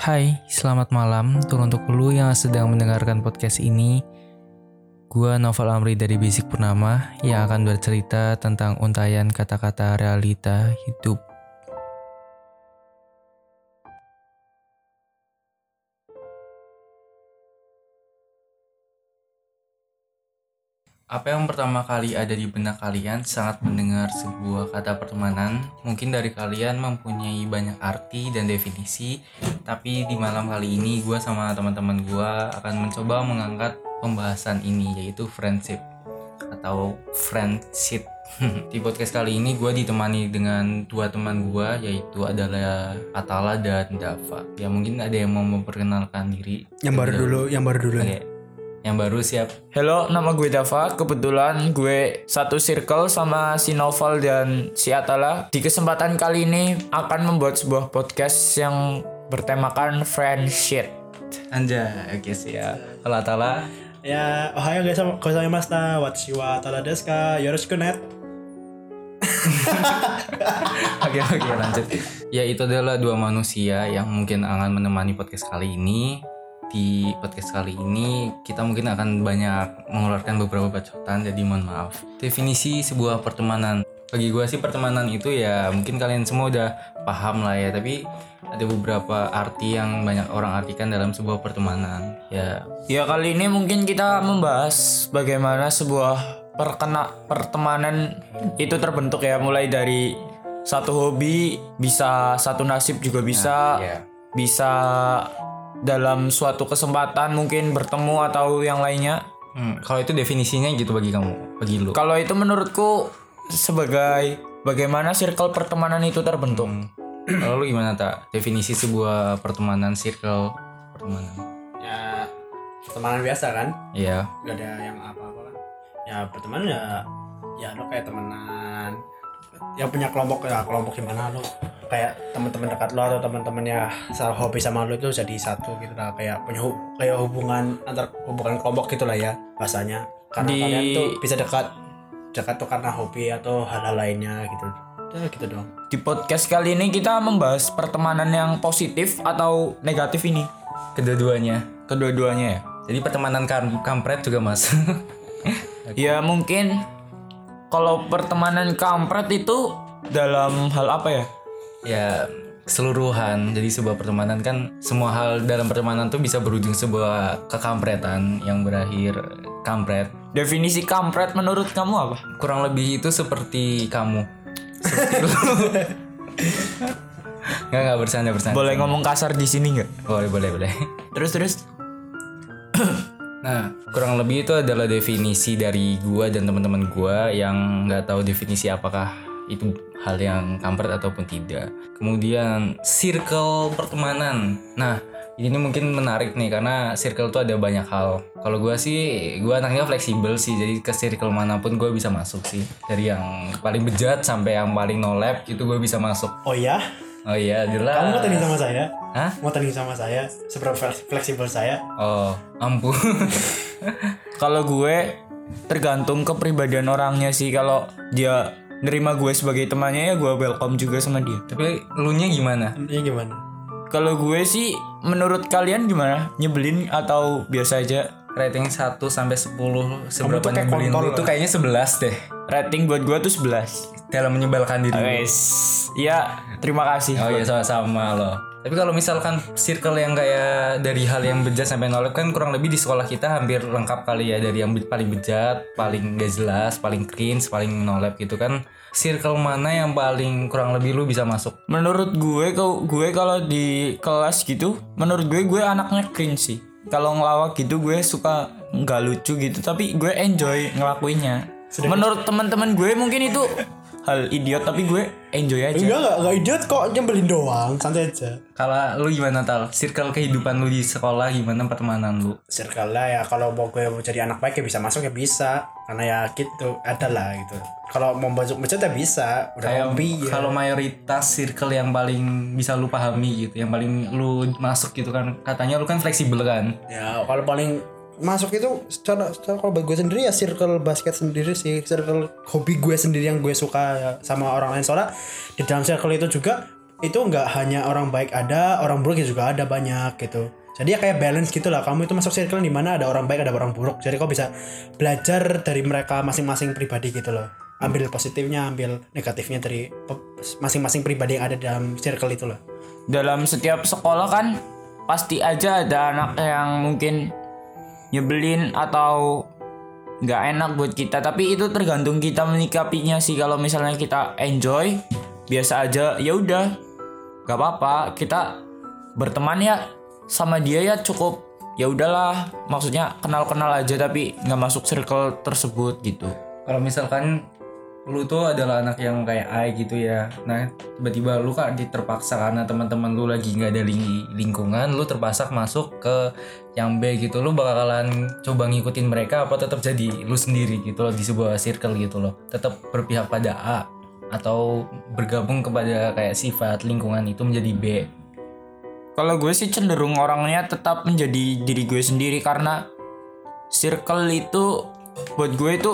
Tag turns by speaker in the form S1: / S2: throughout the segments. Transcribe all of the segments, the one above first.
S1: Hai, selamat malam untuk lu yang sedang mendengarkan podcast ini. Gua Novel Amri dari Basic Purnama yang akan bercerita tentang untayan kata-kata realita hidup. Apa yang pertama kali ada di benak kalian saat mendengar sebuah kata pertemanan? Mungkin dari kalian mempunyai banyak arti dan definisi, tapi di malam kali ini gue sama teman-teman gue akan mencoba mengangkat pembahasan ini yaitu friendship atau friendship. di podcast kali ini gue ditemani dengan dua teman gue yaitu adalah Atala dan Dava. Ya mungkin ada yang mau memperkenalkan diri.
S2: Yang baru
S1: Terlebih
S2: dulu, yang baru dulu.
S3: Iya.
S1: dahulu. Oke. Yang baru siap.
S3: Halo, nama gue Dava. Kebetulan gue satu circle sama si Novel dan si Atala. Di kesempatan kali ini akan membuat sebuah podcast yang bertemakan friendship.
S1: Anjay, oke sih ya. Kalau Atala,
S2: Ya, ohayo guys, gozaimashita. Watashi wa Atala desu ka? Yoroshiku net.
S1: oke oke lanjut. Ya itu adalah dua manusia yang mungkin akan menemani podcast kali ini. Di podcast kali ini kita mungkin akan banyak mengeluarkan beberapa bacotan jadi mohon maaf. Definisi sebuah pertemanan. Bagi gua sih pertemanan itu ya mungkin kalian semua udah paham lah ya tapi ada beberapa arti yang banyak orang artikan dalam sebuah pertemanan. Ya
S3: Ya, kali ini mungkin kita membahas bagaimana sebuah perkena pertemanan itu terbentuk ya, mulai dari satu hobi, bisa satu nasib juga bisa.
S1: ya.
S3: Bisa dalam suatu kesempatan mungkin bertemu atau yang lainnya.
S1: Hmm, kalau itu definisinya gitu bagi kamu, bagi lu.
S3: Kalau itu menurutku sebagai bagaimana circle pertemanan itu terbentuk.
S1: Kalau lu gimana tak definisi sebuah pertemanan circle pertemanan?
S4: ya pertemanan biasa kan
S1: Iya.
S4: gak ada yang apa-apa kan ya pertemanan ya ya lo kayak temenan yang punya kelompok ya kelompok gimana lo kayak teman-teman dekat lo atau teman-teman ya secara hobi sama lo itu jadi satu gitu lah kayak punya hu- kayak hubungan antar hubungan kelompok gitulah ya bahasanya karena
S3: Di-
S4: kalian tuh bisa dekat dekat tuh karena hobi atau hal-hal lainnya gitu ya gitu dong
S3: Di podcast kali ini kita membahas pertemanan yang positif atau negatif ini.
S1: Kedua-duanya.
S3: Kedua-duanya ya.
S1: Jadi pertemanan kam- kampret juga mas.
S3: Ya mungkin kalau pertemanan kampret itu dalam hal apa ya?
S1: ya keseluruhan. Jadi sebuah pertemanan kan semua hal dalam pertemanan tuh bisa berujung sebuah kekampretan yang berakhir kampret.
S3: Definisi kampret menurut kamu apa?
S1: Kurang lebih itu seperti kamu. Seperti lu. Nggak nggak bercanda bercanda.
S3: Boleh ngomong kasar di sini nggak?
S1: boleh boleh boleh.
S3: Terus terus.
S1: Nah, kurang lebih itu adalah definisi dari gua dan teman-teman gua yang nggak tahu definisi apakah itu hal yang kampret ataupun tidak. Kemudian circle pertemanan. Nah, ini mungkin menarik nih karena circle itu ada banyak hal. Kalau gua sih, gua anaknya fleksibel sih, jadi ke circle manapun gua bisa masuk sih. Dari yang paling bejat sampai yang paling no lab itu gua bisa masuk.
S4: oh ya
S1: Oh iya, jelas.
S4: kamu mau tanding sama saya
S1: Hah?
S4: mau tanding sama saya seberapa fleks- fleksibel saya
S1: Oh, ampun.
S3: Kalau gue tergantung kepribadian orangnya sih. Kalau dia nerima gue sebagai temannya ya gue welcome juga sama dia.
S1: Tapi lu nya gimana?
S4: ini gimana
S3: Kalau gue sih menurut kalian gimana? Nyebelin atau biasa aja?
S1: rating 1 sampai 10 seberapa
S4: tuh kayak
S1: nyebelin
S4: kontol
S1: lu
S4: lah.
S1: tuh kayaknya 11 deh
S3: Rating buat gue tuh 11.
S1: dalam menyebalkan diri lu.
S3: Guys, ya terima kasih.
S1: oh iya sama-sama loh tapi kalau misalkan circle yang kayak dari hal yang bejat sampai nolep kan kurang lebih di sekolah kita hampir lengkap kali ya dari yang be- paling bejat paling gak jelas paling cringe paling nolep gitu kan circle mana yang paling kurang lebih lu bisa masuk
S3: Menurut gue kau gue kalau di kelas gitu, menurut gue gue anaknya cringe sih. Kalau ngelawak gitu gue suka nggak lucu gitu, tapi gue enjoy ngelakuinnya. Menurut teman-teman gue mungkin itu hal idiot tapi gue enjoy aja.
S4: enggak enggak enggak idiot kok nyebelin doang santai aja
S1: kalau lu gimana tal circle kehidupan lu di sekolah gimana pertemanan lu
S4: circle lah ya kalau mau gue mau jadi anak baik ya bisa masuk ya bisa karena ya gitu ada lah gitu kalau mau masuk masjid ya bisa udah
S1: kayak
S4: hobi ya
S1: kalau mayoritas circle yang paling bisa lu pahami gitu yang paling lu masuk gitu kan katanya lu kan fleksibel kan
S4: ya kalau paling masuk itu secara, secara kalau buat gue sendiri ya circle basket sendiri sih circle hobi gue sendiri yang gue suka ya, sama orang lain soalnya di dalam circle itu juga itu nggak hanya orang baik ada orang buruk juga ada banyak gitu jadi ya kayak balance gitu lah kamu itu masuk circle di mana ada orang baik ada orang buruk jadi kau bisa belajar dari mereka masing-masing pribadi gitu loh ambil positifnya ambil negatifnya dari pe- masing-masing pribadi yang ada dalam circle itu loh
S3: dalam setiap sekolah kan pasti aja ada anak yang mungkin nyebelin atau nggak enak buat kita tapi itu tergantung kita menyikapinya sih kalau misalnya kita enjoy biasa aja ya udah nggak apa-apa kita berteman ya sama dia ya cukup ya udahlah maksudnya kenal-kenal aja tapi nggak masuk circle tersebut gitu
S1: kalau misalkan lu tuh adalah anak yang kayak I gitu ya nah tiba-tiba lu kan diterpaksa karena teman-teman lu lagi nggak ada ling- lingkungan lu terpaksa masuk ke yang B gitu lu bakalan coba ngikutin mereka apa tetap jadi lu sendiri gitu loh di sebuah circle gitu loh tetap berpihak pada A atau bergabung kepada kayak sifat lingkungan itu menjadi B
S3: Kalau gue sih cenderung orangnya tetap menjadi diri gue sendiri karena circle itu buat gue itu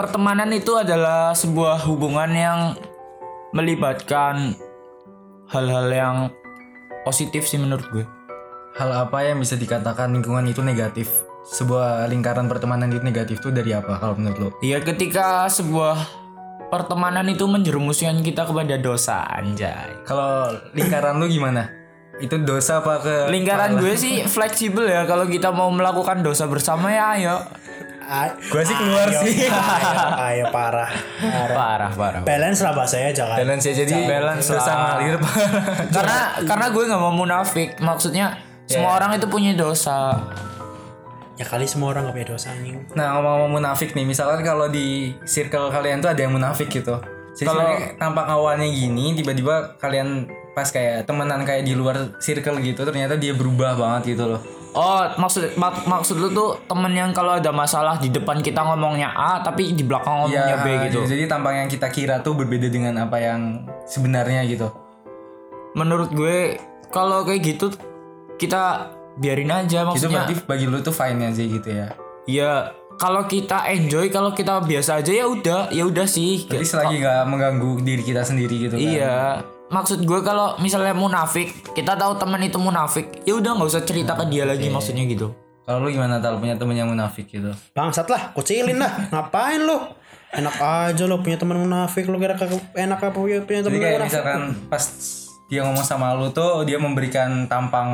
S3: pertemanan itu adalah sebuah hubungan yang melibatkan hal-hal yang positif sih menurut gue.
S1: hal apa yang bisa dikatakan lingkungan itu negatif sebuah lingkaran pertemanan itu negatif tuh dari apa kalau menurut lu
S3: Ya ketika sebuah pertemanan itu menjerumuskan kita kepada dosa anjay.
S1: kalau lingkaran lu gimana itu dosa apa ke
S3: Lingkaran gue sih fleksibel ya kalau kita mau melakukan dosa bersama ya ayo.
S4: A-
S1: gue sih keluar sih
S4: ayo, ayo parah
S3: Parah parah.
S4: balance lah bahasanya jangan
S1: balance ya jadi balance dosa ngalir Pak.
S3: karena
S1: Iya.
S3: karena gue nggak mau munafik maksudnya semua orang itu punya dosa
S4: ya kali semua orang gak punya dosa anjing
S1: nah ngomong-ngomong munafik nih misalkan kalau di circle kalian tuh ada yang munafik gitu jadi
S3: Kalau-
S1: kalau tampak awalnya gini tiba-tiba kalian pas kayak temenan kayak di luar circle gitu ternyata dia berubah banget gitu loh
S3: oh maksud mak- maksud lu tuh temen yang kalau ada masalah di depan kita ngomongnya A tapi di belakang ngomongnya
S1: Iya,
S3: B gitu
S1: Jadi tampang yang kita kira tuh berbeda dengan apa yang sebenarnya gitu.
S3: menurut gue kalau kayak gitu kita biarin aja
S1: Itu
S4: Iya.
S3: maksudnya
S1: Gitu berarti bagi lu tuh fine aja gitu ya.
S3: ya kalau kita enjoy kalau kita biasa aja ya udah ya udah sih
S4: Iya.
S1: Jadi selagi nggak mengganggu diri kita sendiri gitu kan.
S3: Iya, maksud gue kalau misalnya munafik, kita tahu temen itu munafik, ya udah nggak usah cerita ke
S1: Iya,
S3: dia lagi maksudnya gitu.
S1: Kalau lu gimana tal punya temen yang munafik gitu?
S4: Bangsat lah, kucilin lah. Ngapain lu? Enak aja lo punya teman munafik lo kira kagak enak apa punya, punya
S1: Jadi
S4: teman
S1: kayak
S4: munafik.
S1: misalkan pas dia ngomong sama lu tuh dia memberikan tampang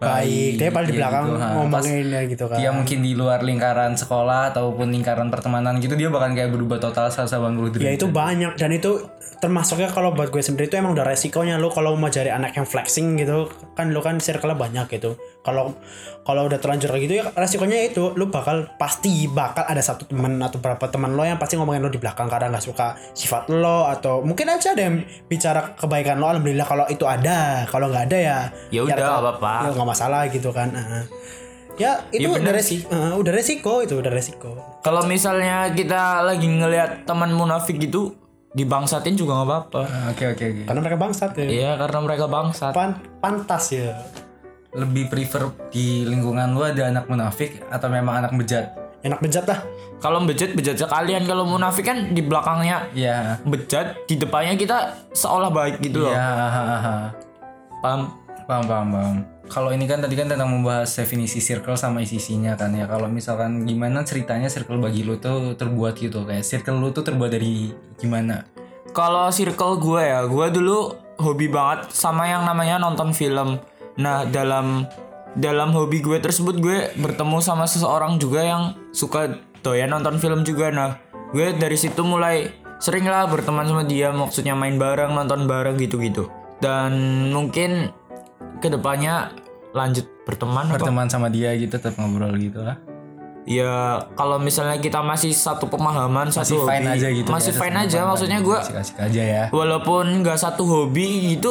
S4: Baik, dia paling di
S1: ya
S4: belakang
S1: gitu, ha. Pas
S4: ngomongin ya gitu kan.
S1: dia mungkin di luar lingkaran sekolah ataupun lingkaran pertemanan gitu dia bahkan kayak berubah total 180 derajat.
S4: Ya itu banyak dan itu termasuknya kalau buat gue sendiri itu emang udah resikonya lo kalau mau cari anak yang flexing gitu kan lo kan circle banyak gitu kalau kalau udah terlanjur kayak gitu ya resikonya itu lo bakal pasti bakal ada satu teman atau berapa teman lo yang pasti ngomongin lo di belakang karena nggak suka sifat lo atau mungkin aja ada yang bicara kebaikan lo alhamdulillah kalau itu ada kalau nggak ada ya
S3: Ya udah,
S4: kalau-
S3: nggak apa-apa.
S4: ya nggak masalah gitu kan Ah. ya itu udah
S3: bener
S4: resi- ah, udah resiko itu udah resiko
S3: Kalau misalnya kita lagi ngelihat teman munafik gitu dibangsatin juga nggak apa-apa.
S1: Ah, Oke oke oke.
S4: karena mereka bangsat ya
S3: Iya, karena mereka bangsat.
S4: Pan- pantas ya
S1: Lebih prefer di lingkungan lu ada anak munafik atau memang anak bejat?
S4: enak bejat lah
S3: Kalau bejat bejat sekalian, kalau munafik kan di belakangnya
S1: Iya.
S3: bejat, di depannya kita seolah baik gitu loh.
S1: Iya. hahaha.
S3: Paham?
S1: Paham, paham, paham. Kalau ini kan tadi kan tentang membahas definisi circle sama isi-isinya kan ya. Kalau misalkan gimana ceritanya circle bagi lu tuh terbuat gitu kayak circle lu tuh terbuat dari gimana?
S3: Kalau circle gue ya, gue dulu hobi banget sama yang namanya nonton film. Nah, dalam dalam hobi gue tersebut gue bertemu sama seseorang juga yang suka doyan nonton film juga. Nah, gue dari situ mulai sering lah berteman sama dia, maksudnya main bareng, nonton bareng gitu-gitu. Dan mungkin kedepannya lanjut berteman apa?
S1: Berteman sama dia gitu, tetap ngobrol gitu lah.
S3: Ya kalau misalnya kita masih satu pemahaman,
S1: Masih
S3: satu
S1: fine
S3: hobi,
S1: aja gitu.
S3: masih
S1: kayak
S3: fine
S1: sesama
S3: aja.
S1: teman
S3: Maksudnya
S1: gitu,
S3: gue
S1: asik-asik aja ya.
S3: walaupun nggak satu hobi gitu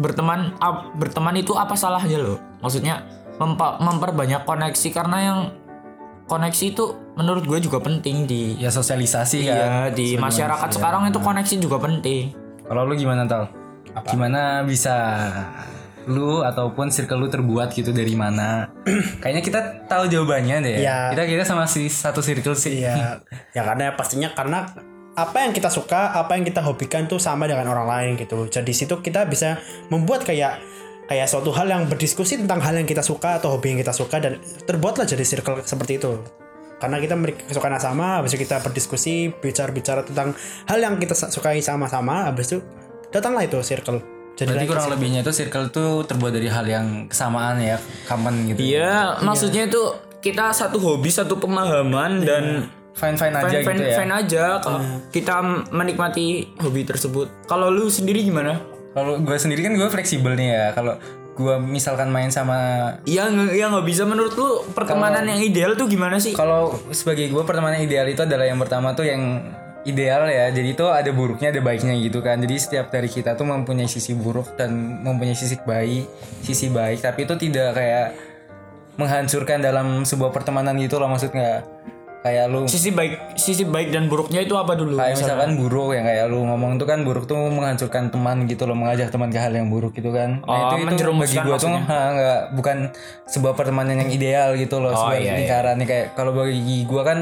S3: berteman ap- berteman itu apa salahnya loh maksudnya mempa- memperbanyak koneksi karena yang koneksi itu menurut gue juga penting di
S1: Ya sosialisasi kan.
S3: iya, di masyarakat sekarang itu koneksi juga penting
S1: Kalau lu gimana tal? Gimana bisa lu ataupun circle lu terbuat gitu dari mana? Kayaknya kita tahu jawabannya deh. ya.
S4: Iya.
S3: Iya.
S1: Kita kita sama si satu circle sih.
S4: ya ya karena pastinya karena apa yang kita suka, apa yang kita hobikan tuh sama dengan orang lain gitu. Jadi situ kita bisa membuat kayak kayak suatu hal yang berdiskusi tentang hal yang kita suka atau hobi yang kita suka dan terbuatlah jadi circle seperti itu. Karena kita memiliki kesukaan yang sama, habis itu kita berdiskusi, bicara-bicara tentang hal yang kita sukai sama-sama, habis itu datanglah itu circle. Jadi gitu
S1: Berarti kurang lebihnya itu circle tuh terbuat dari hal yang kesamaan ya, common gitu.
S3: Iya, maksudnya itu kita satu hobi, satu pemahaman dan
S1: Fine-fine aja
S3: fan fan
S1: gitu ya.
S3: fan aja kalau kita menikmati hobi tersebut. Iya. Kalau lu sendiri gimana?
S1: Kalau gue sendiri kan gue fleksibel nih ya. Kalau gue misalkan main sama
S3: Yang yang nggak bisa menurut lu pertemanan yang ideal tuh gimana sih?
S1: kalau sebagai gue pertemanan ideal itu adalah yang pertama tuh yang ideal ya jadi itu ada buruknya ada baiknya gitu kan jadi setiap dari kita tuh mempunyai sisi buruk dan mempunyai sisi baik sisi baik tapi itu tidak kayak menghancurkan dalam sebuah pertemanan gitu loh maksudnya kayak lu
S3: Sisi baik sisi baik dan buruknya itu apa dulu?
S1: kayak misalkan buruk yang kayak lu ngomong tuh kan buruk tuh menghancurkan teman gitu loh mengajak teman ke hal yang buruk gitu kan
S3: Oh,
S1: nah itu itu bagi
S3: menjerumuskan
S1: gua tuh ha, nggak bukan sebuah pertemanan yang ideal gitu
S3: Oh,
S1: loh
S3: iya,
S1: sebuah lingkaran nih kayak kalau bagi gua kan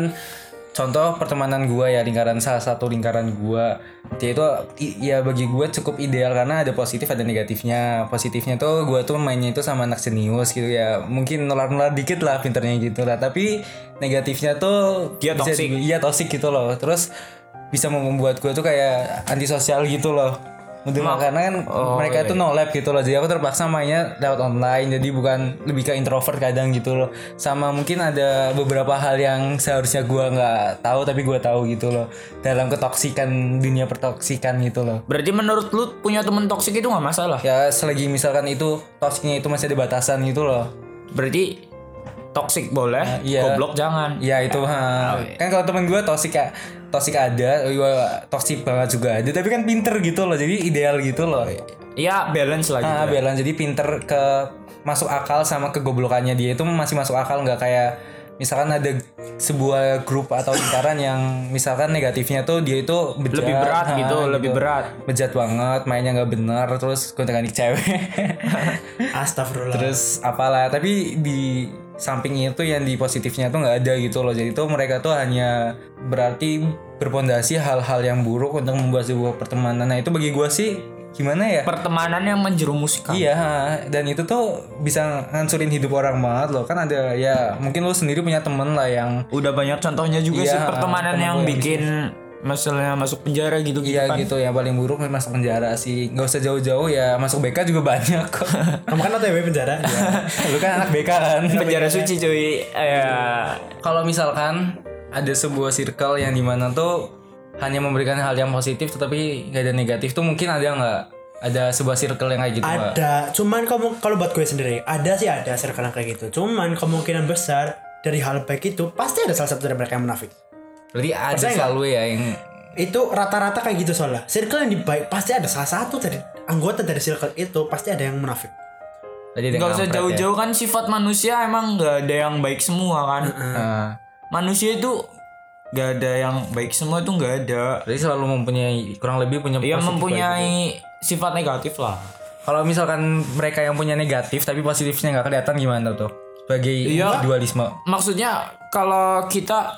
S1: contoh pertemanan gua ya lingkaran salah satu lingkaran gua dia itu i- ya bagi gua cukup ideal karena ada positif ada negatifnya positifnya tuh gua tuh mainnya itu sama anak jenius gitu ya mungkin nular-nular dikit lah pinternya gitu lah tapi negatifnya tuh
S3: Dia
S1: bisa
S3: toxic.
S1: dibi- iya toxic gitu loh terus bisa membuat gue tuh kayak antisosial gitu loh Mungkin karena kan mereka tuh no lab gitu loh jadi aku terpaksa mainnya lewat online jadi bukan lebih ke introvert kadang gitu loh sama mungkin ada beberapa hal yang seharusnya gue nggak tahu tapi gue tahu gitu loh dalam ketoksikan dunia pertoksikan gitu loh
S3: Berarti menurut lu punya temen toksik itu nggak masalah?
S1: ya selagi misalkan itu toksiknya itu masih ada batasan gitu loh
S3: Berarti toksik boleh,
S1: iya.
S3: goblok jangan.
S1: Ya itu ha. kan kalau temen gue tosik ya tosik ada, tosik banget juga ada, tapi kan pinter gitu loh, jadi ideal gitu loh.
S3: Ya balance lagi.
S1: Ah, balance jadi pinter ke masuk akal sama kegoblokannya dia itu masih masuk akal nggak kayak misalkan ada sebuah grup atau lingkaran yang misalkan negatifnya tuh dia itu bejat,
S3: Lebih berat
S1: ha,
S3: gitu, lebih berat.
S1: bejat banget, mainnya nggak benar, terus gonta-ganti cewek.
S4: Astagfirullah.
S1: terus apalah tapi di samping itu yang di positifnya tuh nggak ada gitu loh jadi itu mereka tuh hanya berarti berpondasi hal-hal yang buruk untuk membuat sebuah pertemanan nah itu bagi gua sih gimana ya
S3: Pertemanan yang menjerumuskan.
S1: Iya, dan itu tuh bisa ngancurin hidup orang banget loh. Kan ada ya mungkin lu sendiri punya temen lah yang
S3: Udah banyak contohnya juga
S1: Iya,
S3: sih pertemanan
S1: temen
S3: yang
S1: gue yang
S3: bikin masalahnya masuk penjara gitu gitu
S1: Iya
S3: kan.
S1: gitu yang paling buruk masuk penjara sih. Gak usah jauh-jauh ya masuk BK juga banyak kok.
S4: Kamu kan OTW penjara.
S1: lu kan anak BK kan.
S3: Penjara suci cuy.
S1: Iya.
S3: Ya.
S1: kalau misalkan ada sebuah circle yang dimana tuh hanya memberikan hal yang positif tetapi nggak ada negatif tuh mungkin ada nggak ada sebuah circle yang kayak gitu nggak?
S4: ada, cuman kamu kalau buat gue sendiri ada sih ada circle yang kayak gitu. Cuman kemungkinan besar dari hal baik itu pasti ada salah satu dari mereka yang munafik.
S1: berarti ada
S4: Percaya nggak?
S1: selalu ya yang
S4: Itu rata-rata kayak gitu soalnya. Circle yang dibaik pasti ada salah satu dari anggota dari circle itu pasti ada yang munafik.
S1: tadi ada yang
S3: Gak usah
S1: kampret ya.
S3: jauh-jauh kan sifat manusia emang gak ada yang baik semua kan.
S1: Nah,
S3: Manusia itu gak ada yang baik semua tuh gak ada.
S1: berarti selalu mempunyai kurang lebih punya
S3: Yang
S1: positif baik.
S3: mempunyai sifat negatif lah.
S1: kalau misalkan mereka yang punya negatif tapi positifnya nggak kelihatan gimana tuh sebagai
S3: Iya.
S1: individualisme
S3: maksudnya kalau kita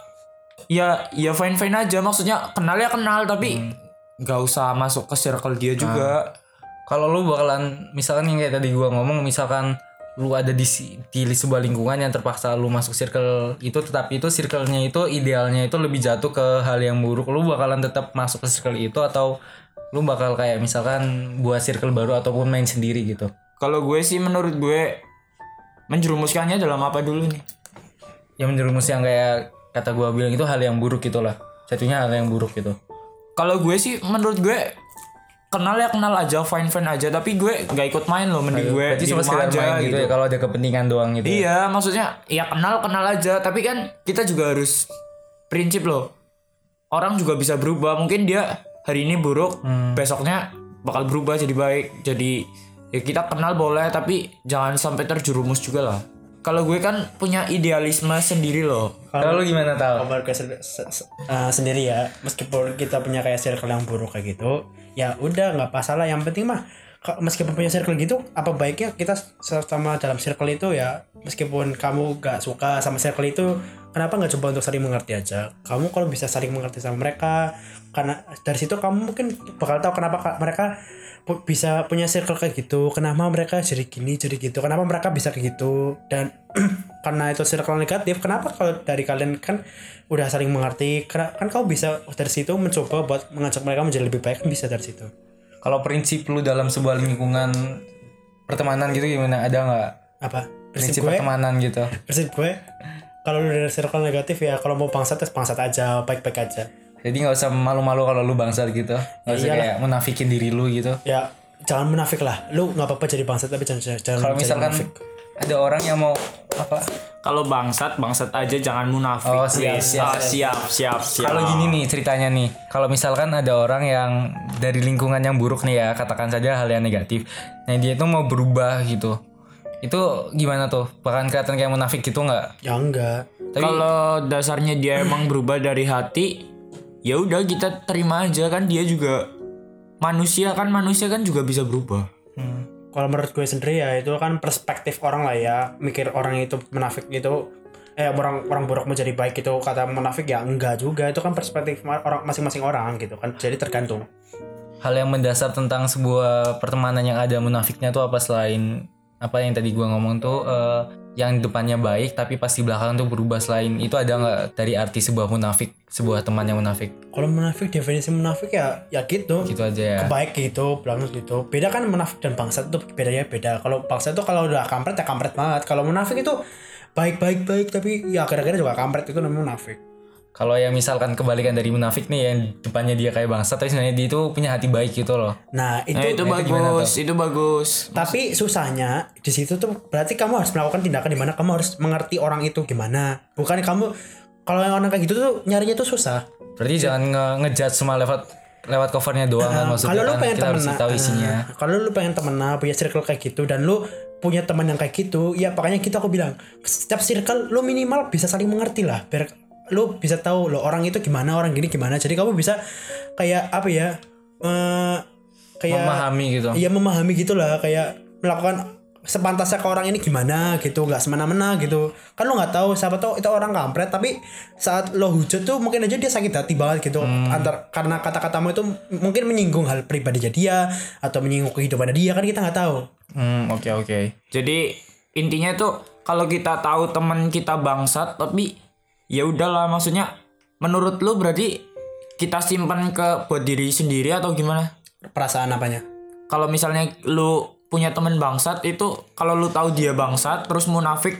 S3: ya ya fine fine aja maksudnya kenal ya kenal tapi
S1: Hmm.
S3: nggak usah masuk ke circle dia juga
S1: Ah. kalau lu bakalan misalkan yang kayak tadi gua ngomong misalkan lu ada di si- di sebuah lingkungan yang terpaksa lu masuk circle itu tetapi itu circle-nya itu idealnya itu lebih jatuh ke hal yang buruk lu bakalan tetap masuk ke circle itu atau lu bakal kayak misalkan buat circle baru ataupun main sendiri gitu
S3: kalau gue sih menurut gue menjerumuskannya dalam apa dulu nih
S1: yang menjerumus yang kayak kata gua bilang itu hal yang buruk gitu lah satunya hal yang buruk gitu
S3: kalau gue sih menurut gue kenal ya kenal aja fine fine aja tapi gue nggak ikut main loh mending gue
S1: berarti
S3: di
S1: cuma
S3: rumah
S1: sekedar main
S3: aja
S1: gitu,
S3: gitu
S1: ya kalau ada kepentingan doang gitu ya.
S3: iya maksudnya ya kenal kenal aja tapi kan kita juga harus prinsip loh orang juga bisa berubah mungkin dia hari ini buruk
S1: Hmm.
S3: besoknya bakal berubah jadi baik jadi ya kita kenal boleh tapi jangan sampai terjerumus juga lah kalau gue kan punya idealisme sendiri loloh
S1: kalau lu gimana tau
S4: Kalau gue sen- se- se- eh, sendiri ya meskipun kita punya kayak circle yang buruk kayak gitu ya udah nggak masalah yang penting mah ke- meskipun punya circle gitu apa baiknya kita sama dalam circle itu ya meskipun kamu gak suka sama circle itu kenapa nggak coba untuk saling mengerti aja kamu kalau bisa saling mengerti sama mereka karena dari situ kamu mungkin bakal tahu kenapa ka- mereka pu- bisa punya circle kayak gitu kenapa mereka jadi gini jadi gitu kenapa mereka bisa kayak gitu dan karena itu circle negatif kenapa kalau dari kalian kan udah saling mengerti Kena- kan kamu bisa dari situ mencoba buat mengajak mereka menjadi lebih baik kan bisa dari situ
S1: Kalau prinsip lu dalam sebuah lingkungan pertemanan gitu gimana? Ada nggak
S4: apa
S1: prinsip,
S4: prinsip gue
S1: pertemanan gitu?
S4: prinsip gue kalau lu dari circle negatif ya kalau mau bangsat ya bangsat aja baik-baik aja
S1: Jadi nggak usah malu-malu kalau lu bangsat gitu. Nggak usah
S4: Iyalah.
S1: kayak menafikin diri lu gitu.
S4: ya jangan munafik lah lu nggak apa-apa jadi bangsat tapi jangan jangan jangan
S1: Kalau
S4: jadi
S1: misalkan
S4: munafik.
S1: ada orang yang mau apa?
S3: Kalau bangsat, bangsat aja jangan munafik.
S1: Oh, siap,
S3: Wis.
S1: siap,
S3: Ah, siap, siap, siap.
S1: Kalau gini nih ceritanya nih, kalau misalkan ada orang yang dari lingkungan yang buruk nih ya, katakan saja hal yang negatif. Nah dia itu mau berubah gitu. Itu gimana tuh? Bahkan kelihatan kayak munafik gitu nggak?
S4: ya enggak
S1: Tapi
S3: Kalau dasarnya dia emang berubah dari hati, ya udah kita terima aja kan dia juga manusia kan manusia kan juga bisa berubah.
S1: Nah, Hmm.
S4: kalau menurut gue sendiri ya itu kan perspektif orang lah ya mikir orang itu munafik itu eh orang orang buruk menjadi baik itu kata munafik ya enggak juga itu kan perspektif ma- orang masing-masing orang gitu kan jadi tergantung
S1: hal yang mendasar tentang sebuah pertemanan yang ada munafiknya tuh apa selain apa yang tadi gua ngomong tuh eh, yang depannya baik tapi pasti belakang tuh berubah selain itu ada nggak dari arti sebuah munafik sebuah teman yang munafik
S4: kalau munafik definisi munafik ya ya gitu
S1: gitu aja ya
S4: baik gitu belakang gitu beda kan munafik dan bangsat itu bedanya beda kalau bangsat itu kalau udah kampret ya kampret banget kalau munafik itu baik baik baik tapi ya kira-kira juga kampret itu namanya munafik
S1: kalau yang misalkan kebalikan dari munafik nih yang depannya dia kayak bangsa tapi sebenarnya dia itu punya hati baik gitu loh
S4: nah itu,
S3: Nah, itu,
S1: nah, itu gimana
S3: bagus, itu bagus.
S4: tapi susahnya di situ tuh berarti kamu harus melakukan tindakan di mana kamu harus mengerti orang itu gimana bukan kamu kalau yang orang kayak gitu tuh nyarinya tuh susah Iya.
S1: berarti jangan nge ngejudge semua lewat lewat covernya doang kan maksudnya
S4: Ah, kalau lu
S1: kan?
S4: pengen
S1: kita harus
S4: temenan
S1: tahu isinya
S4: ah, kalau lu pengen temenan punya circle kayak gitu dan lu punya teman yang kayak gitu ya makanya kita aku bilang setiap circle lu minimal bisa saling mengerti lah biar lu bisa tahu lo orang itu gimana orang gini gimana jadi kamu bisa kayak apa ya eh, kayak
S1: memahami gitu
S4: Iya memahami gitulah kayak melakukan sepantasnya ke orang ini gimana gitu nggak semena-mena gitu kan lo nggak tahu siapa tahu itu orang kampret tapi saat lo hujat tuh mungkin aja dia sakit hati banget gitu antar karena kata-katamu itu m- mungkin menyinggung hal pribadinya dia atau menyinggung kehidupannya dia kan kita nggak tahu
S1: Hmm, oke oke
S3: Jadi intinya tuh kalau kita tahu teman kita bangsat tapi ya udahlah maksudnya menurut lu berarti kita simpan ke buat diri sendiri atau gimana?
S4: perasaan apanya
S3: Kalau misalnya lu punya teman bangsat itu kalau lu tahu dia bangsat terus munafik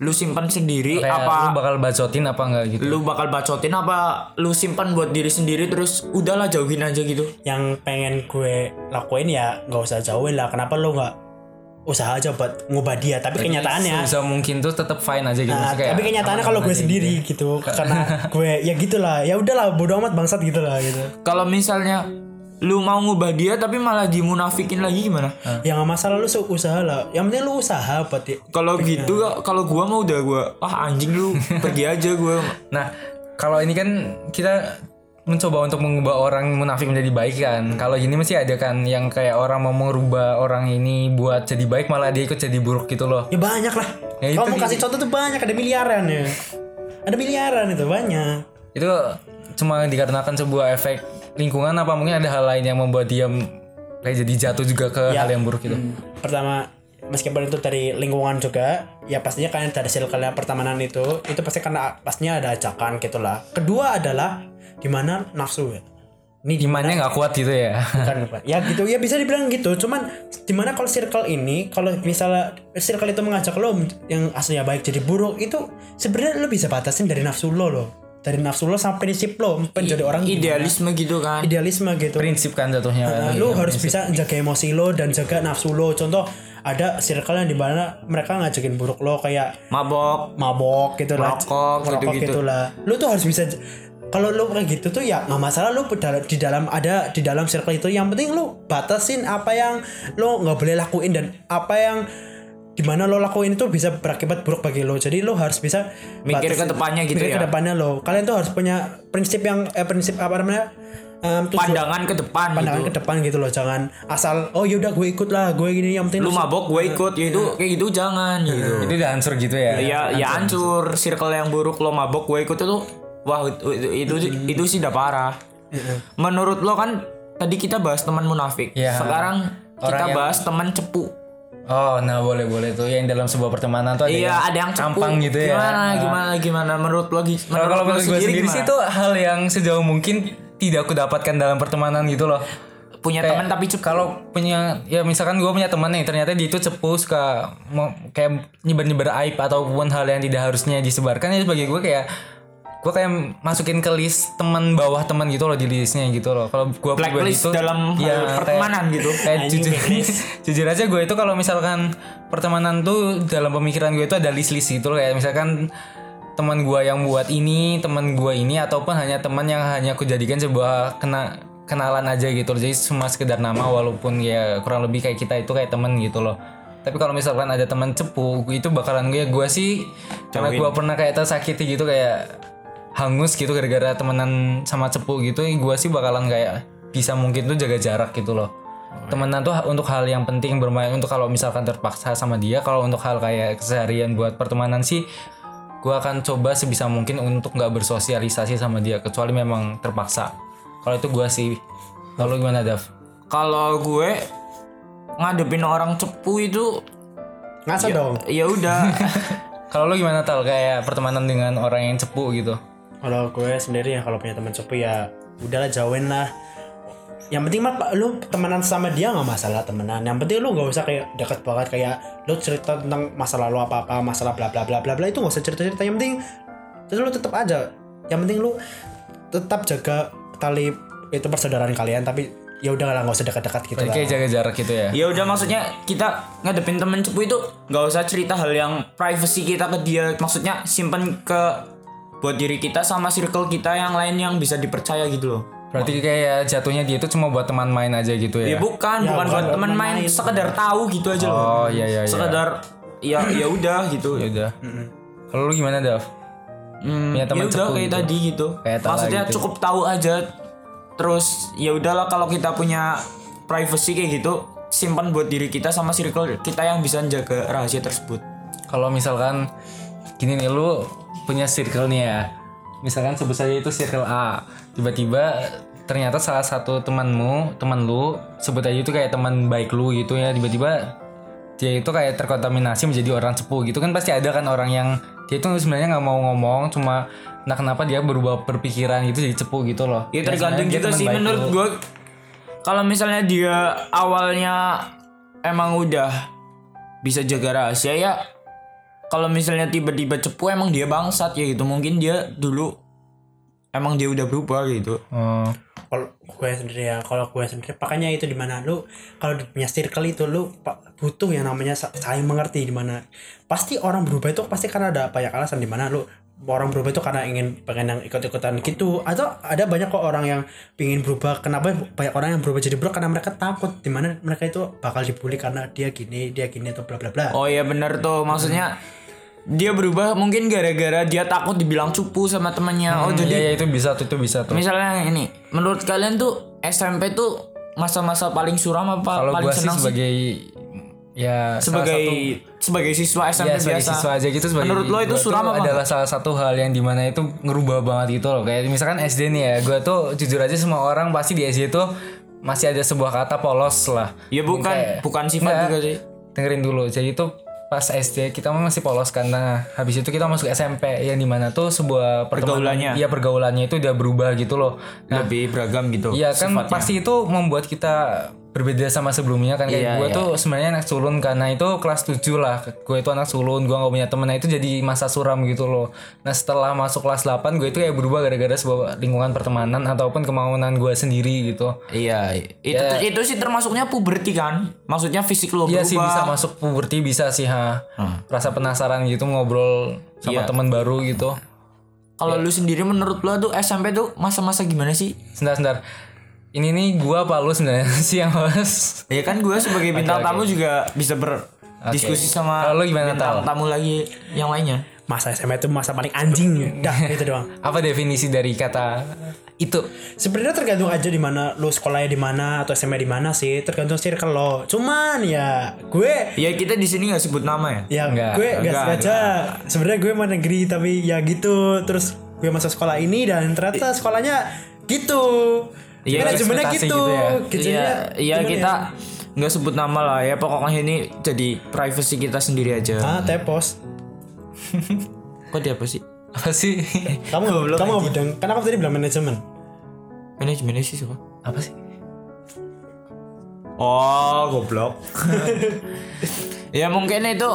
S3: lu simpan sendiri
S1: kayak
S3: apa
S1: lu bakal bacotin apa enggak gitu
S3: lu bakal bacotin apa lu simpan buat diri sendiri terus udahlah jauhin aja gitu
S4: yang pengen gue lakuin ya nggak usah jauhin lah kenapa lo nggak usaha aja buat ngubah dia tapi kenyataannya
S1: sebisa mungkin tuh tetap fine aja gitu
S4: Nah,
S1: Maksudnya kayak
S4: tapi kenyataannya
S1: aman-aman
S4: kalau gue
S1: aja
S4: sendiri
S1: gitu.
S4: gitu karena gue ya gitulah ya udahlah bodo amat bangsat gitulah gitu
S3: kalau misalnya lu mau ngubah dia tapi malah dimunafikin lagi gimana
S4: ya nggak masalah lu su- usaha lah yang penting lu usaha buat di-
S3: kalau gitu kalau gua mau udah gua ah anjing lu pergi aja gua
S1: nah kalau ini kan kita mencoba untuk mengubah orang munafik menjadi baik kan kalau gini mesti ada kan yang kayak orang mau merubah orang ini buat jadi baik malah dia ikut jadi buruk gitu loh
S4: ya banyak lah
S1: Ya, itu di-
S4: kamu kasih contoh tuh banyak ada miliaran ya ada miliaran itu banyak
S1: itu cuma dikarenakan sebuah efek lingkungan apa mungkin ada hal lain yang membuat dia kayak jadi jatuh juga ke
S3: Ya.
S1: hal yang buruk gitu
S3: Hmm.
S4: pertama meskipun itu dari lingkungan juga ya pastinya kalian dari circle pertemanan itu itu pasti karena pastinya ada ajakan gitulah kedua adalah gimana nafsu ya ini di
S1: imannya nggak kuat gitu ya
S4: Bukan, bukan. ya gitu ya bisa dibilang gitu cuman dimana kalau circle ini kalau misalnya circle itu mengajak lo yang aslinya baik jadi buruk itu sebenarnya lo bisa batasin dari nafsu lo lo dari nafsu lo sampai prinsip lo pengen jadi orang gimana.
S3: idealisme gitu kan
S4: idealisme gitu
S1: prinsip kan jatuhnya kan.
S4: Nah, lo harus bisa jaga emosi lo dan jaga nafsu lo contoh ada circle yang dimana mereka ngajakin buruk lo kayak
S3: mabok
S4: mabok gitu lah
S3: Merokok, gitu-gitu.
S4: lah lu tuh harus bisa kalau lu kayak gitu tuh ya nggak masalah lu pedal- di dalam ada di dalam circle itu yang penting lu batasin apa yang lu nggak boleh lakuin dan apa yang gimana lo lakuin itu bisa berakibat buruk bagi lo jadi lo harus bisa
S3: Mikir
S4: batas-
S3: ke depannya gitu
S4: mikir
S3: ya.
S4: ke depannya lo kalian tuh harus punya prinsip yang eh, prinsip apa namanya Em, tujuan-
S3: pandangan ke depan
S4: pandangan
S3: gitu.
S4: ke depan gitu loh jangan asal oh yaudah gue ikut lah gue gini yang penting
S3: Lu mabok gue ikut ya itu kayak gitu jangan gitu.
S1: Jadi udah hancur gitu ya.
S3: Ya ya hancur circle yang buruk lo mabok gue ikut itu wah itu itu itu, itu sih udah parah. Menurut lo kan tadi kita bahas teman munafik.
S1: Iya.
S3: Sekarang kita
S1: Orang yang-
S3: bahas teman cepu.
S1: Oh, nah boleh boleh tuh yang dalam sebuah pertemanan tuh ada
S3: Iya, ada yang cepu.
S1: tampang gitu ya.
S3: Gimana gimana gimana menurut lo gi-
S1: Kalau kalau
S3: lo
S1: menurut gue sendiri sih
S3: gimana?
S1: itu hal yang sejauh mungkin tidak aku dapatkan dalam pertemanan gitu loh.
S3: punya
S1: Kayak
S3: teman tapi cepu.
S1: kalau punya ya misalkan gue punya teman nih ternyata dia itu cepu suka mau- kayak nyebar-nyebar aib ataupun hal yang tidak harusnya disebarkan ya sebagai gue kayak gue kayak masukin ke list teman bawah teman gitu loh di listnya gitu loh kalau gue
S3: Blacklist dalam
S1: gitu.
S3: hal
S1: Iya, kayak-
S3: pertemanan gitu.
S1: kayak jujur jujur aja gue itu kalau misalkan pertemanan tuh dalam pemikiran gue itu ada list list gitu loh kayak misalkan teman gue yang buat ini teman gue ini ataupun hanya teman yang hanya aku jadikan sebuah kena kenalan aja gitu loh jadi cuma sekedar nama walaupun ya kurang lebih kayak kita itu kayak teman gitu loh tapi kalau misalkan ada teman cepu itu bakalan gue gue sih karena gue pernah kayak tersakiti gitu kayak hangus gitu gara-gara temenan sama cepu gitu gue sih bakalan kayak bisa mungkin tuh jaga jarak gitu loh temenan tuh untuk hal yang penting bermain untuk kalau misalkan terpaksa sama dia kalau untuk hal kayak keseharian buat pertemanan sih gue akan coba sebisa mungkin untuk nggak bersosialisasi sama dia kecuali memang terpaksa kalau itu gue sih lalu gimana Dav?
S3: Kalau gue ngadepin orang cepu itu
S4: ngasal dong
S3: ya udah
S1: Kalau lo gimana tal kayak pertemanan dengan orang yang cepu gitu?
S4: kalau gue sendiri ya kalau punya teman sepi ya udahlah jauhin lah yang penting mah lu temenan sama dia nggak masalah temenan yang penting lu nggak usah kayak deket banget kayak lu cerita tentang masa lalu apa apa masalah bla bla bla bla bla itu nggak usah cerita cerita yang penting terus lu tetap aja yang penting lu tetap jaga tali itu persaudaraan kalian tapi ya udah lah nggak usah dekat dekat gitu lah
S1: Kayak jaga jarak gitu ya?
S3: ya udah maksudnya kita ngadepin temen cepu itu nggak usah cerita hal yang privacy kita ke dia maksudnya simpen ke buat diri kita sama circle kita yang lain yang bisa dipercaya gitu loh
S1: Berarti kayak jatuhnya dia itu cuma buat teman main aja gitu
S3: ya,
S1: ya?
S3: bukan bukan buat temen main sekedar tahu gitu aja
S1: Oh
S3: loh
S1: iya iya. iya.
S3: sekedar ya ya udah gitu
S1: Ya udah. Kalau lu gimana, Dav?
S3: Hmm,
S1: Punya
S3: ya
S1: teman
S3: udah
S1: cepu
S3: kayak
S1: gitu.
S3: tadi gitu.
S1: Kayak tala
S3: Maksudnya
S1: gitu.
S3: cukup tahu aja. Terus ya udahlah kalau kita punya privacy kayak gitu, simpan buat diri kita sama circle kita yang bisa jaga rahasia tersebut.
S1: Kalau misalkan gini nih lu punya circle nih ya. Misalkan sebut saja itu circle A. Tiba-tiba ternyata salah satu temanmu, teman lu, sebut aja itu kayak teman baik lu gitu ya, tiba-tiba dia itu kayak terkontaminasi menjadi orang cepu gitu kan pasti ada kan orang yang dia itu sebenarnya nggak mau ngomong cuma nah kenapa dia berubah berpikiran gitu jadi cepu gitu loh
S3: Ya
S1: Ya,
S3: tergantung
S1: sebenarnya dia
S3: juga
S1: teman
S3: sih
S1: baik
S3: menurut
S1: lu.
S3: gue. Kalau misalnya dia awalnya emang udah bisa jaga rahasia ya kalau misalnya tiba-tiba cepu emang dia bangsat ya gitu mungkin dia dulu emang dia udah berubah gitu
S1: Oh.
S4: kalau gue sendiri ya kalau gue sendiri pakainya itu di mana lu kalau di punya circle itu lu pa- butuh yang namanya sa- saling mengerti di mana pasti orang berubah itu pasti karena ada banyak alasan di mana lu orang berubah itu karena ingin pengen yang ikut-ikutan gitu atau ada banyak kok orang yang ingin berubah kenapa ya, banyak orang yang berubah jadi buruk karena mereka takut di mana mereka itu bakal dibully karena dia gini dia gini atau bla bla bla
S3: Oh iya bener tuh maksudnya dia berubah mungkin gara-gara dia takut dibilang cupu sama temannya. Oh
S1: Iya,
S3: jadi
S1: iya, itu bisa tuh itu bisa tuh
S3: misalnya ini menurut kalian tuh SMP tuh masa-masa paling suram apa
S1: kalau
S3: paling
S1: gue sih
S3: senang sih?
S1: sebagai ya salah
S3: sebagai
S1: satu-
S3: sebagai siswa
S1: ya,
S3: SMP
S1: sebagai
S3: biasa.
S1: siswa aja gitu sebagai
S3: menurut lo itu
S1: gua
S3: suram
S1: tuh
S3: apa?
S1: adalah salah satu hal yang dimana itu ngerubah banget gitu loh kayak misalkan SD nih ya gue tuh jujur aja semua orang pasti di SD tuh masih ada sebuah kata polos lah
S3: Ya bukan
S1: Kayak-
S3: bukan sifat
S1: Nggak.
S3: juga sih.
S1: dengerin dulu jadi itu pas SD kita mah masih polos karena habis itu kita masuk SMP yang dimana tuh sebuah pertemanan-
S3: Pergaulannya.
S1: iya pergaulannya itu udah berubah gitu loh nah
S3: Lebih beragam gitu.
S1: Iya kan pasti itu membuat kita berbeda sama sebelumnya kan kayak
S3: Iya,
S1: gue
S3: iya.
S1: tuh sebenarnya anak sulun karena itu kelas 7 lah gue itu anak sulun gue nggak punya temen nah itu jadi masa suram gitu loh nah setelah masuk kelas 8 gue itu kayak berubah gara-gara sebuah lingkungan pertemanan ataupun kemauan gue sendiri gitu
S3: Iya, itu itu sih termasuknya puberti kan? Maksudnya fisik lo
S1: Iya
S3: berubah.
S1: sih bisa masuk puberti bisa sih ha rasa penasaran gitu ngobrol sama
S3: Iya.
S1: teman baru gitu
S3: Kalau
S1: Iya.
S3: lu sendiri menurut lo tuh SMP tuh masa-masa gimana sih?
S1: sebentar sebentar ini nih gue apa lu sebenarnya sih yang host
S3: Ya kan gue sebagai bintang tamu juga bisa ber
S1: Oke.
S3: diskusi sama
S1: Kalau lu gimana,
S3: bintang
S1: Tal?
S3: tamu lagi yang lainnya
S4: masa SMA itu masa paling anjing dah gitu doang
S1: Apa definisi dari kata itu?
S4: sebenarnya tergantung aja di mana lu sekolahnya di mana atau SMA di mana sih tergantung circle lo cuman ya gue
S3: ya kita di sini nggak sebut nama ya
S4: ya
S1: Enggak,
S4: gue
S3: enggak,
S4: gak sengaja sebenarnya gue mau negeri tapi ya gitu terus gue masuk sekolah ini dan ternyata sekolahnya gitu
S1: Iya,
S4: manajemennya
S1: ekspektasi
S4: gitu,
S1: gitu ya.
S4: Kitchennya
S3: Iya, iya
S4: gimana
S3: kita
S4: ya?
S3: nggak sebut nama lah ya pokoknya ini jadi privacy kita sendiri aja.
S4: ah tepos
S3: Kok dia apa sih?
S1: Apa sih?
S4: kamu kamu nggak bidang kan aku tadi bilang manajemen
S3: Manajemennya sih siapa?
S1: Apa sih?
S3: Oh, goblok. ya mungkin itu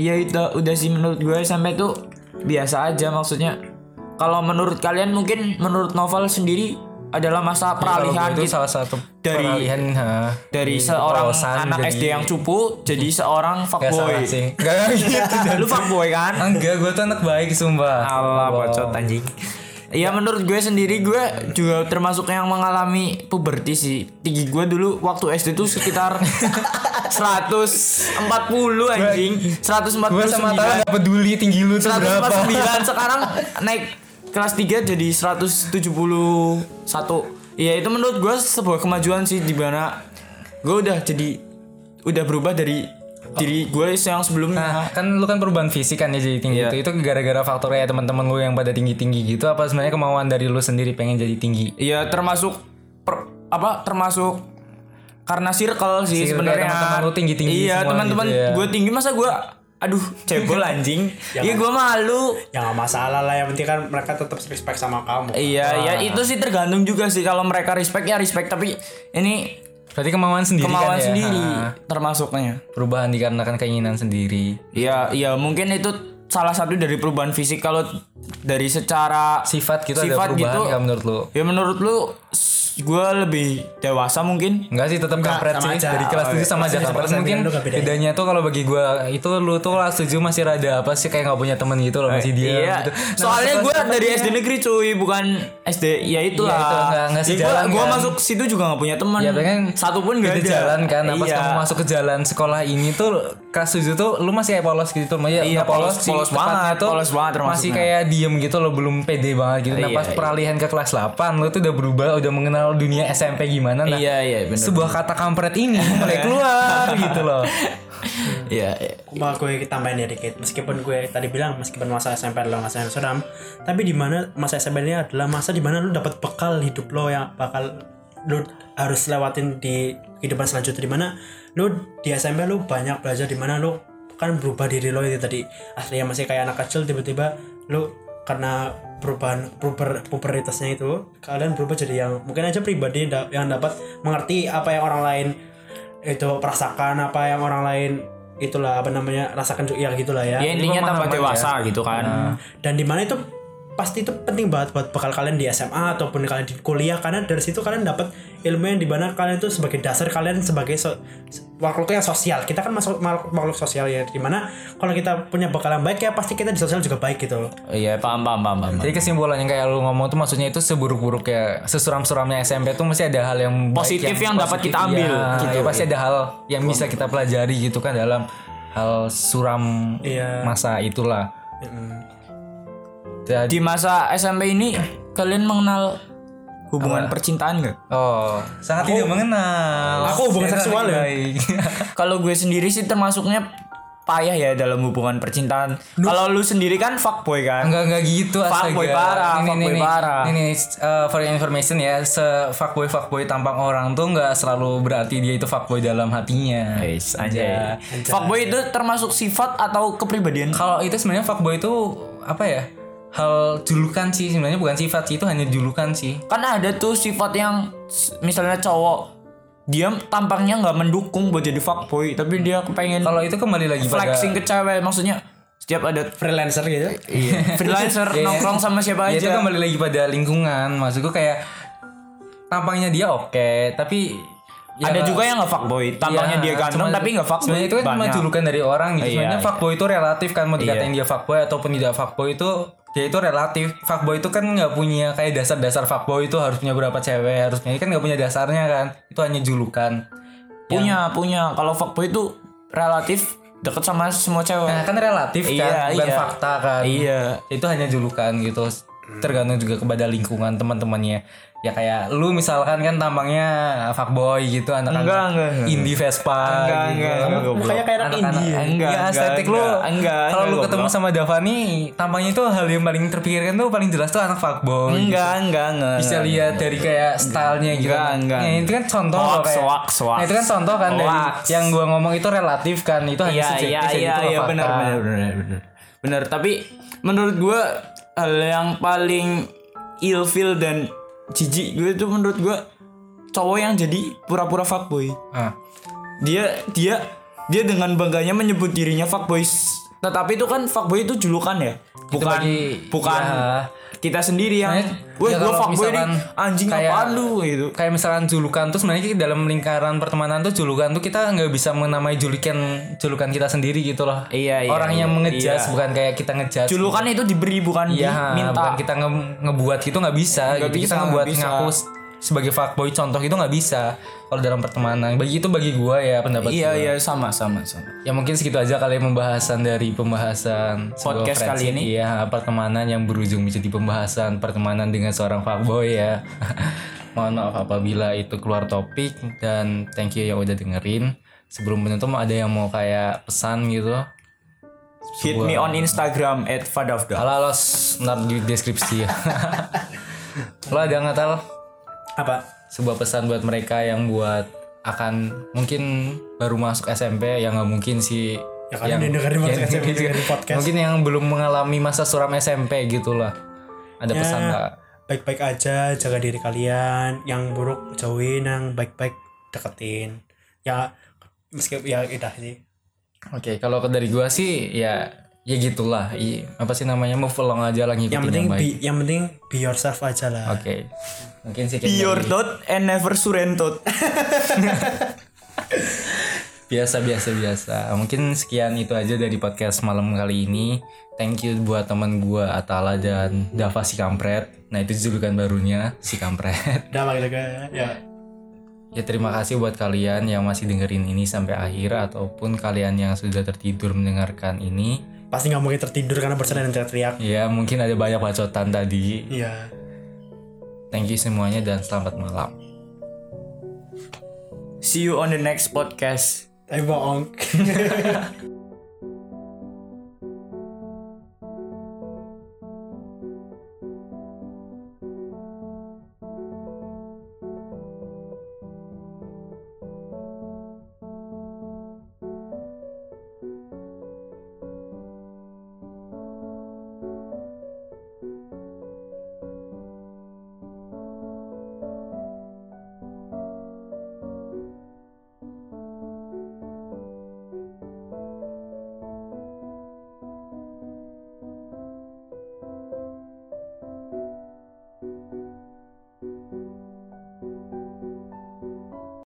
S3: ya itu udah sih menurut gue sampai tuh biasa aja maksudnya. Kalau menurut kalian mungkin menurut novel sendiri adalah masa peralihan
S1: Kalau gue itu
S3: gitu.
S1: salah satu
S3: Dari-
S1: peralihan ha,
S3: dari seorang
S1: keperosan
S3: anak
S1: jadi-
S3: SD yang cupu jadi seorang
S1: Gak salah
S3: fuckboy.
S1: sih Gak gitu
S3: Lu fuckboy kan?
S1: Enggak gue tuh anak baik sumpah
S3: Allah bacot anjing. Iya menurut gue sendiri gue juga termasuk yang mengalami puberti sih. Tinggi gue dulu waktu SD tuh sekitar 140 anjing. 149.
S1: Gue sama Tara gak peduli tinggi lu tuh berapa
S3: 149 sekarang naik kelas 3 jadi 171. Iya itu menurut gue sebuah kemajuan sih di mana gue udah jadi udah berubah dari diri gue yang sebelumnya.
S1: Nah, kan lu kan perubahan fisik kan ya jadi tinggi
S3: Iya.
S1: itu. Itu gara-gara faktor ya teman-teman lu yang pada tinggi-tinggi gitu apa sebenarnya kemauan dari lu sendiri pengen jadi tinggi?
S3: Iya termasuk per- apa termasuk karena circle
S1: Circle
S3: sih
S1: kayak
S3: sebenarnya
S1: teman-teman lu tinggi-tinggi
S3: Iya
S1: semua
S3: teman-teman
S1: gitu ya.
S3: gue tinggi masa gue aduh cebol anjing. Iya gue malu.
S4: ya nggak masalah lah yang penting kan mereka tetap respect sama kamu
S3: Iya ya itu sih tergantung juga sih kalau mereka respect ya respect tapi ini
S1: Berarti kemauan sendiri kan
S3: kemauan
S1: ya?
S3: sendiri
S1: Ha.
S3: termasuknya.
S1: Perubahan dikarenakan keinginan sendiri.
S3: Iya iya mungkin itu salah satu dari perubahan fisik kalau dari secara
S1: Sifat gitu
S3: Sifat
S1: ada perubahan
S3: gitu.
S1: nggak menurut lu?
S3: ya menurut lu gue lebih dewasa mungkin
S1: Enggak sih tetap kampret sih dari
S3: Oh,
S1: kelas 7
S3: iya.
S1: sama aja kampret mungkin bedanya tuh kalau bagi gua itu lu tuh kelas 7 masih rada apa sih kayak nggak punya temen gitu loh masih dia
S3: Iya.
S1: gitu. Nah,
S3: Soalnya
S1: kelas
S3: gue
S1: delapan
S3: dari
S1: dia-
S3: SD negeri cuy, bukan SD. Ya itulah.
S1: Iya, itu nggak- nggak sejalan,
S3: gue
S1: kan.
S3: masuk situ juga gak punya teman.
S1: Ya pengen
S3: Hmm, satu pun gak ada.
S1: beda jalan kan nah, pas
S3: Iya.
S1: kamu masuk ke jalan sekolah ini tuh kelas 7 tuh lu masih kayak polos gitu ya
S3: Iya,
S1: nggak
S3: polos-
S1: sih,
S3: polos
S1: tepatnya
S3: banget,
S1: tuh
S3: polos banget
S1: masih
S3: termasuknya.
S1: kayak diem gitu lo belum pede banget gitu nah
S3: Iya,
S1: pas
S3: iya.
S1: peralihan ke kelas 8 lu tuh udah berubah udah mengenal dunia SMP gimana nah
S3: Iya, iya, bener.
S1: sebuah kata kampret ini mulai keluar gitu loh
S3: Iya. iya.
S4: Cuma gue tambahin ya dikit Meskipun gue tadi bilang Meskipun masa SMP adalah masa yang seram Tapi di mana masa SMP ini adalah masa di mana lu dapat bekal hidup lo Yang bakal lu harus lewatin di kehidupan selanjutnya di mana lu di SMP lu banyak belajar di mana lu kan berubah diri lo itu tadi aslinya masih kayak anak kecil tiba-tiba lu karena perubahan puber, puberitasnya itu kalian berubah jadi yang mungkin aja pribadi da- yang dapat mengerti apa yang orang lain itu merasakan apa yang orang lain itulah apa namanya rasakan juga ya gitulah ya
S3: Ya intinya
S1: pemahaman ya.
S3: tambah
S1: Nah.
S3: dewasa gitu kan.
S4: dan di mana itu pasti itu penting banget buat bekal kalian di SMA ataupun kalian di kuliah karena dari situ kalian dapat ilmu yang di mana kalian itu sebagai dasar kalian sebagai so- makhluk yang sosial kita kan masuk makhluk, makhluk sosial ya di mana kalau kita punya bekal yang baik ya pasti kita di sosial juga baik gitu
S3: Iya paham paham paham paham.
S1: jadi kesimpulannya kayak lu ngomong tuh maksudnya itu seburuk-buruk ya sesuram-suramnya SMP tuh mesti ada hal yang baik,
S3: Positif yang dapat kita ambil,
S1: Iya, ya
S3: gitu.
S1: pasti ada hal yang bisa kita pelajari gitu kan dalam hal suram
S4: Iya.
S1: masa itulah.
S3: Di
S1: Jadi
S3: masa SMP ini kalian mengenal hubungan percintaan gak?
S1: oh sangat tidak mengenal.
S4: aku hubungan
S1: Saya
S4: seksual
S1: sangat
S4: ya.
S1: baik.
S3: Kalau gue sendiri sih termasuknya payah ya dalam hubungan percintaan. Kalau lu sendiri kan fuckboy kan?
S1: Enggak enggak gitu astaga.
S3: Fuckboy
S1: Ini,
S3: parah,
S1: ini,
S3: fuckboy
S1: ini.
S3: parah.
S1: Ini nih, eh, for your information ya, se fuckboy fuckboy tampang orang tuh nggak selalu berarti dia itu fuckboy dalam hatinya. Iya.
S3: Guys, anjay. Fuckboy itu termasuk sifat atau kepribadian?
S1: kalau itu sebenarnya fuckboy itu apa ya hal julukan sih sebenarnya bukan sifat sih itu hanya julukan sih
S3: kan ada tuh sifat yang s- misalnya cowok dia tampangnya nggak mendukung buat jadi fuckboy tapi dia kepengen
S1: kalau itu kembali lagi
S3: flexing
S1: pada
S3: ke cewek maksudnya setiap ada
S4: freelancer gitu
S3: freelancer
S1: Iya.
S3: nongkrong sama siapa
S1: ya itu
S3: aja
S1: kembali lagi pada lingkungan maksudku kayak tampangnya dia oke tapi ya-
S3: ada juga yang nggak fuckboy tampangnya
S1: Iya,
S3: dia ganteng
S1: cuma-
S3: tapi nggak fuckboy
S1: sebenarnya itu kan cuma
S3: Banyak.
S1: julukan dari orang gitu
S3: Iya,
S1: sebenarnya
S3: iya.
S1: fuckboy itu relatif kan mau dikatain dia fuckboy ataupun tidak fuckboy itu dia itu relatif fuckboy itu kan nggak punya kayak dasar-dasar fuckboy itu harus punya berapa cewek harusnya kan nggak punya dasarnya kan itu hanya julukan
S3: punya punya kalau fuckboy itu relatif deket sama semua cewek.
S1: Nah, kan relatif kan,
S3: Iya,
S1: bukan
S3: iya.
S1: fakta kan.
S3: Iya.
S1: Itu hanya julukan gitu. Tergantung juga kepada lingkungan teman-temannya. Ya kayak lu misalkan kan tampangnya fuckboy gitu anak-anak
S3: Enggak, enggak, enggak.
S1: indie Vespa
S3: Enggak,
S1: gitu.
S3: enggak, enggak, goblok.
S4: Mukanya kayak anak
S1: Anak-anak-
S4: indie. ya.
S3: Enggak,
S1: Iya,
S3: enggak,
S1: estetik lu.
S3: enggak, enggak,
S1: Kalau lu
S3: enggak,
S1: ketemu
S3: goblok.
S1: sama Davani, tampangnya itu hal yang paling terpikirkan tuh paling jelas tuh anak fuckboy. gitu.
S3: Enggak, enggak, enggak.
S1: Bisa
S3: enggak,
S1: lihat dari kayak stylenya gitu.
S3: Enggak, enggak.
S1: Nah, itu kan contoh loh
S3: Hoax,
S1: kayak.
S3: hoax, hoax.
S1: Nah, itu kan contoh kan dari
S3: Hoax.
S1: yang gua ngomong itu relatif kan. Itu hanya
S3: Iya
S1: subjektif
S3: iya
S1: dan
S3: iya
S1: itu nggak
S3: iya
S1: fakta.
S3: benar benar benar benar. Benar, tapi menurut gue hal yang paling ilfil dan jijik gue itu menurut gue cowok yang jadi pura-pura fuckboy.
S1: Ah.
S3: Dia dia dia dengan bangganya menyebut dirinya fuckboy. s- Tetapi itu kan fuckboy itu julukan ya. Bukan
S1: bagi-
S3: bukan
S1: iya.
S3: kita sendiri yang
S1: Makanya,
S3: gue
S1: ya
S3: gue
S1: kalau
S3: fuckboy nih,
S1: misalkan
S3: anjing
S1: kayak-
S3: apaan lu gitu.
S1: kayak misalkan julukan tuh sebenarnya dalam lingkaran pertemanan tuh julukan tuh kita nggak bisa menamai julukan julukan kita sendiri gitu loh.
S3: Iya, iya,
S1: Orang yang
S3: iya,
S1: mengejas
S3: iya.
S1: bukan kayak kita ngejas.
S3: Julukan itu diberi bukan
S1: Iya,
S3: diminta.
S1: bukan kita nge- ngebuat gitu nggak bisa.
S3: Nggak
S1: gitu.
S3: bisa,
S1: kita ngebuat
S3: nggak bisa.
S1: ngaku s- sebagai fuckboy contoh itu nggak bisa kalau dalam pertemanan. Bagi itu bagi gua ya pendapat
S3: Iya
S1: gua.
S3: iya sama sama sama.
S1: Ya mungkin segitu aja kali pembahasan dari pembahasan sebuah
S3: Podcast kali
S1: friendship.
S3: ini.
S1: Iya, pertemanan yang berujung menjadi pembahasan pertemanan dengan seorang fuckboy ya. Mohon maaf apabila itu keluar topik dan thank you yang udah dengerin. Sebelum penutup ada yang mau kayak pesan gitu.
S3: Hit me on Instagram at Fadafda.
S1: Halo, los, ntar di deskripsi ya. Lo ada nggak tal
S4: Apa?
S1: sebuah pesan buat mereka yang buat akan mungkin baru masuk SMP yang nggak mungkin sih
S4: Ya kan yang
S1: Ya,
S4: dengerin podcast,
S1: mungkin-
S4: dengerin podcast.
S1: Mungkin yang belum mengalami masa suram SMP gitu lah.
S4: Ya.
S1: Ada pesan nggak?
S4: Baik-baik aja, jaga diri kalian. Yang buruk jauhin, yang baik-baik deketin. Ya meskipun ya udah sih.
S1: Oke, kalau dari gua sih ya ya gitulah. I- apa sih namanya? Move along aja lah ngikutin
S4: Yang
S1: yang,
S4: penting
S1: baik.
S4: be, yang penting be yourself aja lah.
S1: Oke. Mungkin sih
S3: Be
S1: kayak
S3: your
S1: dari
S3: dot and never surrender.
S1: biasa biasa biasa. Mungkin sekian itu aja dari podcast malam kali ini. Thank you buat teman gua Atala dan Dava si kampret. Nah, itu julukan barunya si kampret.
S4: Udah lah gitu ya.
S1: Ya terima kasih buat kalian yang masih dengerin ini sampai akhir ataupun kalian yang sudah tertidur mendengarkan ini.
S4: Pasti nggak mungkin tertidur karena bercanda dan teriak-teriak.
S1: Ya mungkin ada banyak bacotan tadi.
S4: Iya.
S1: Thank you semuanya dan selamat malam.
S3: See you on the next podcast.
S4: Tapi bohong.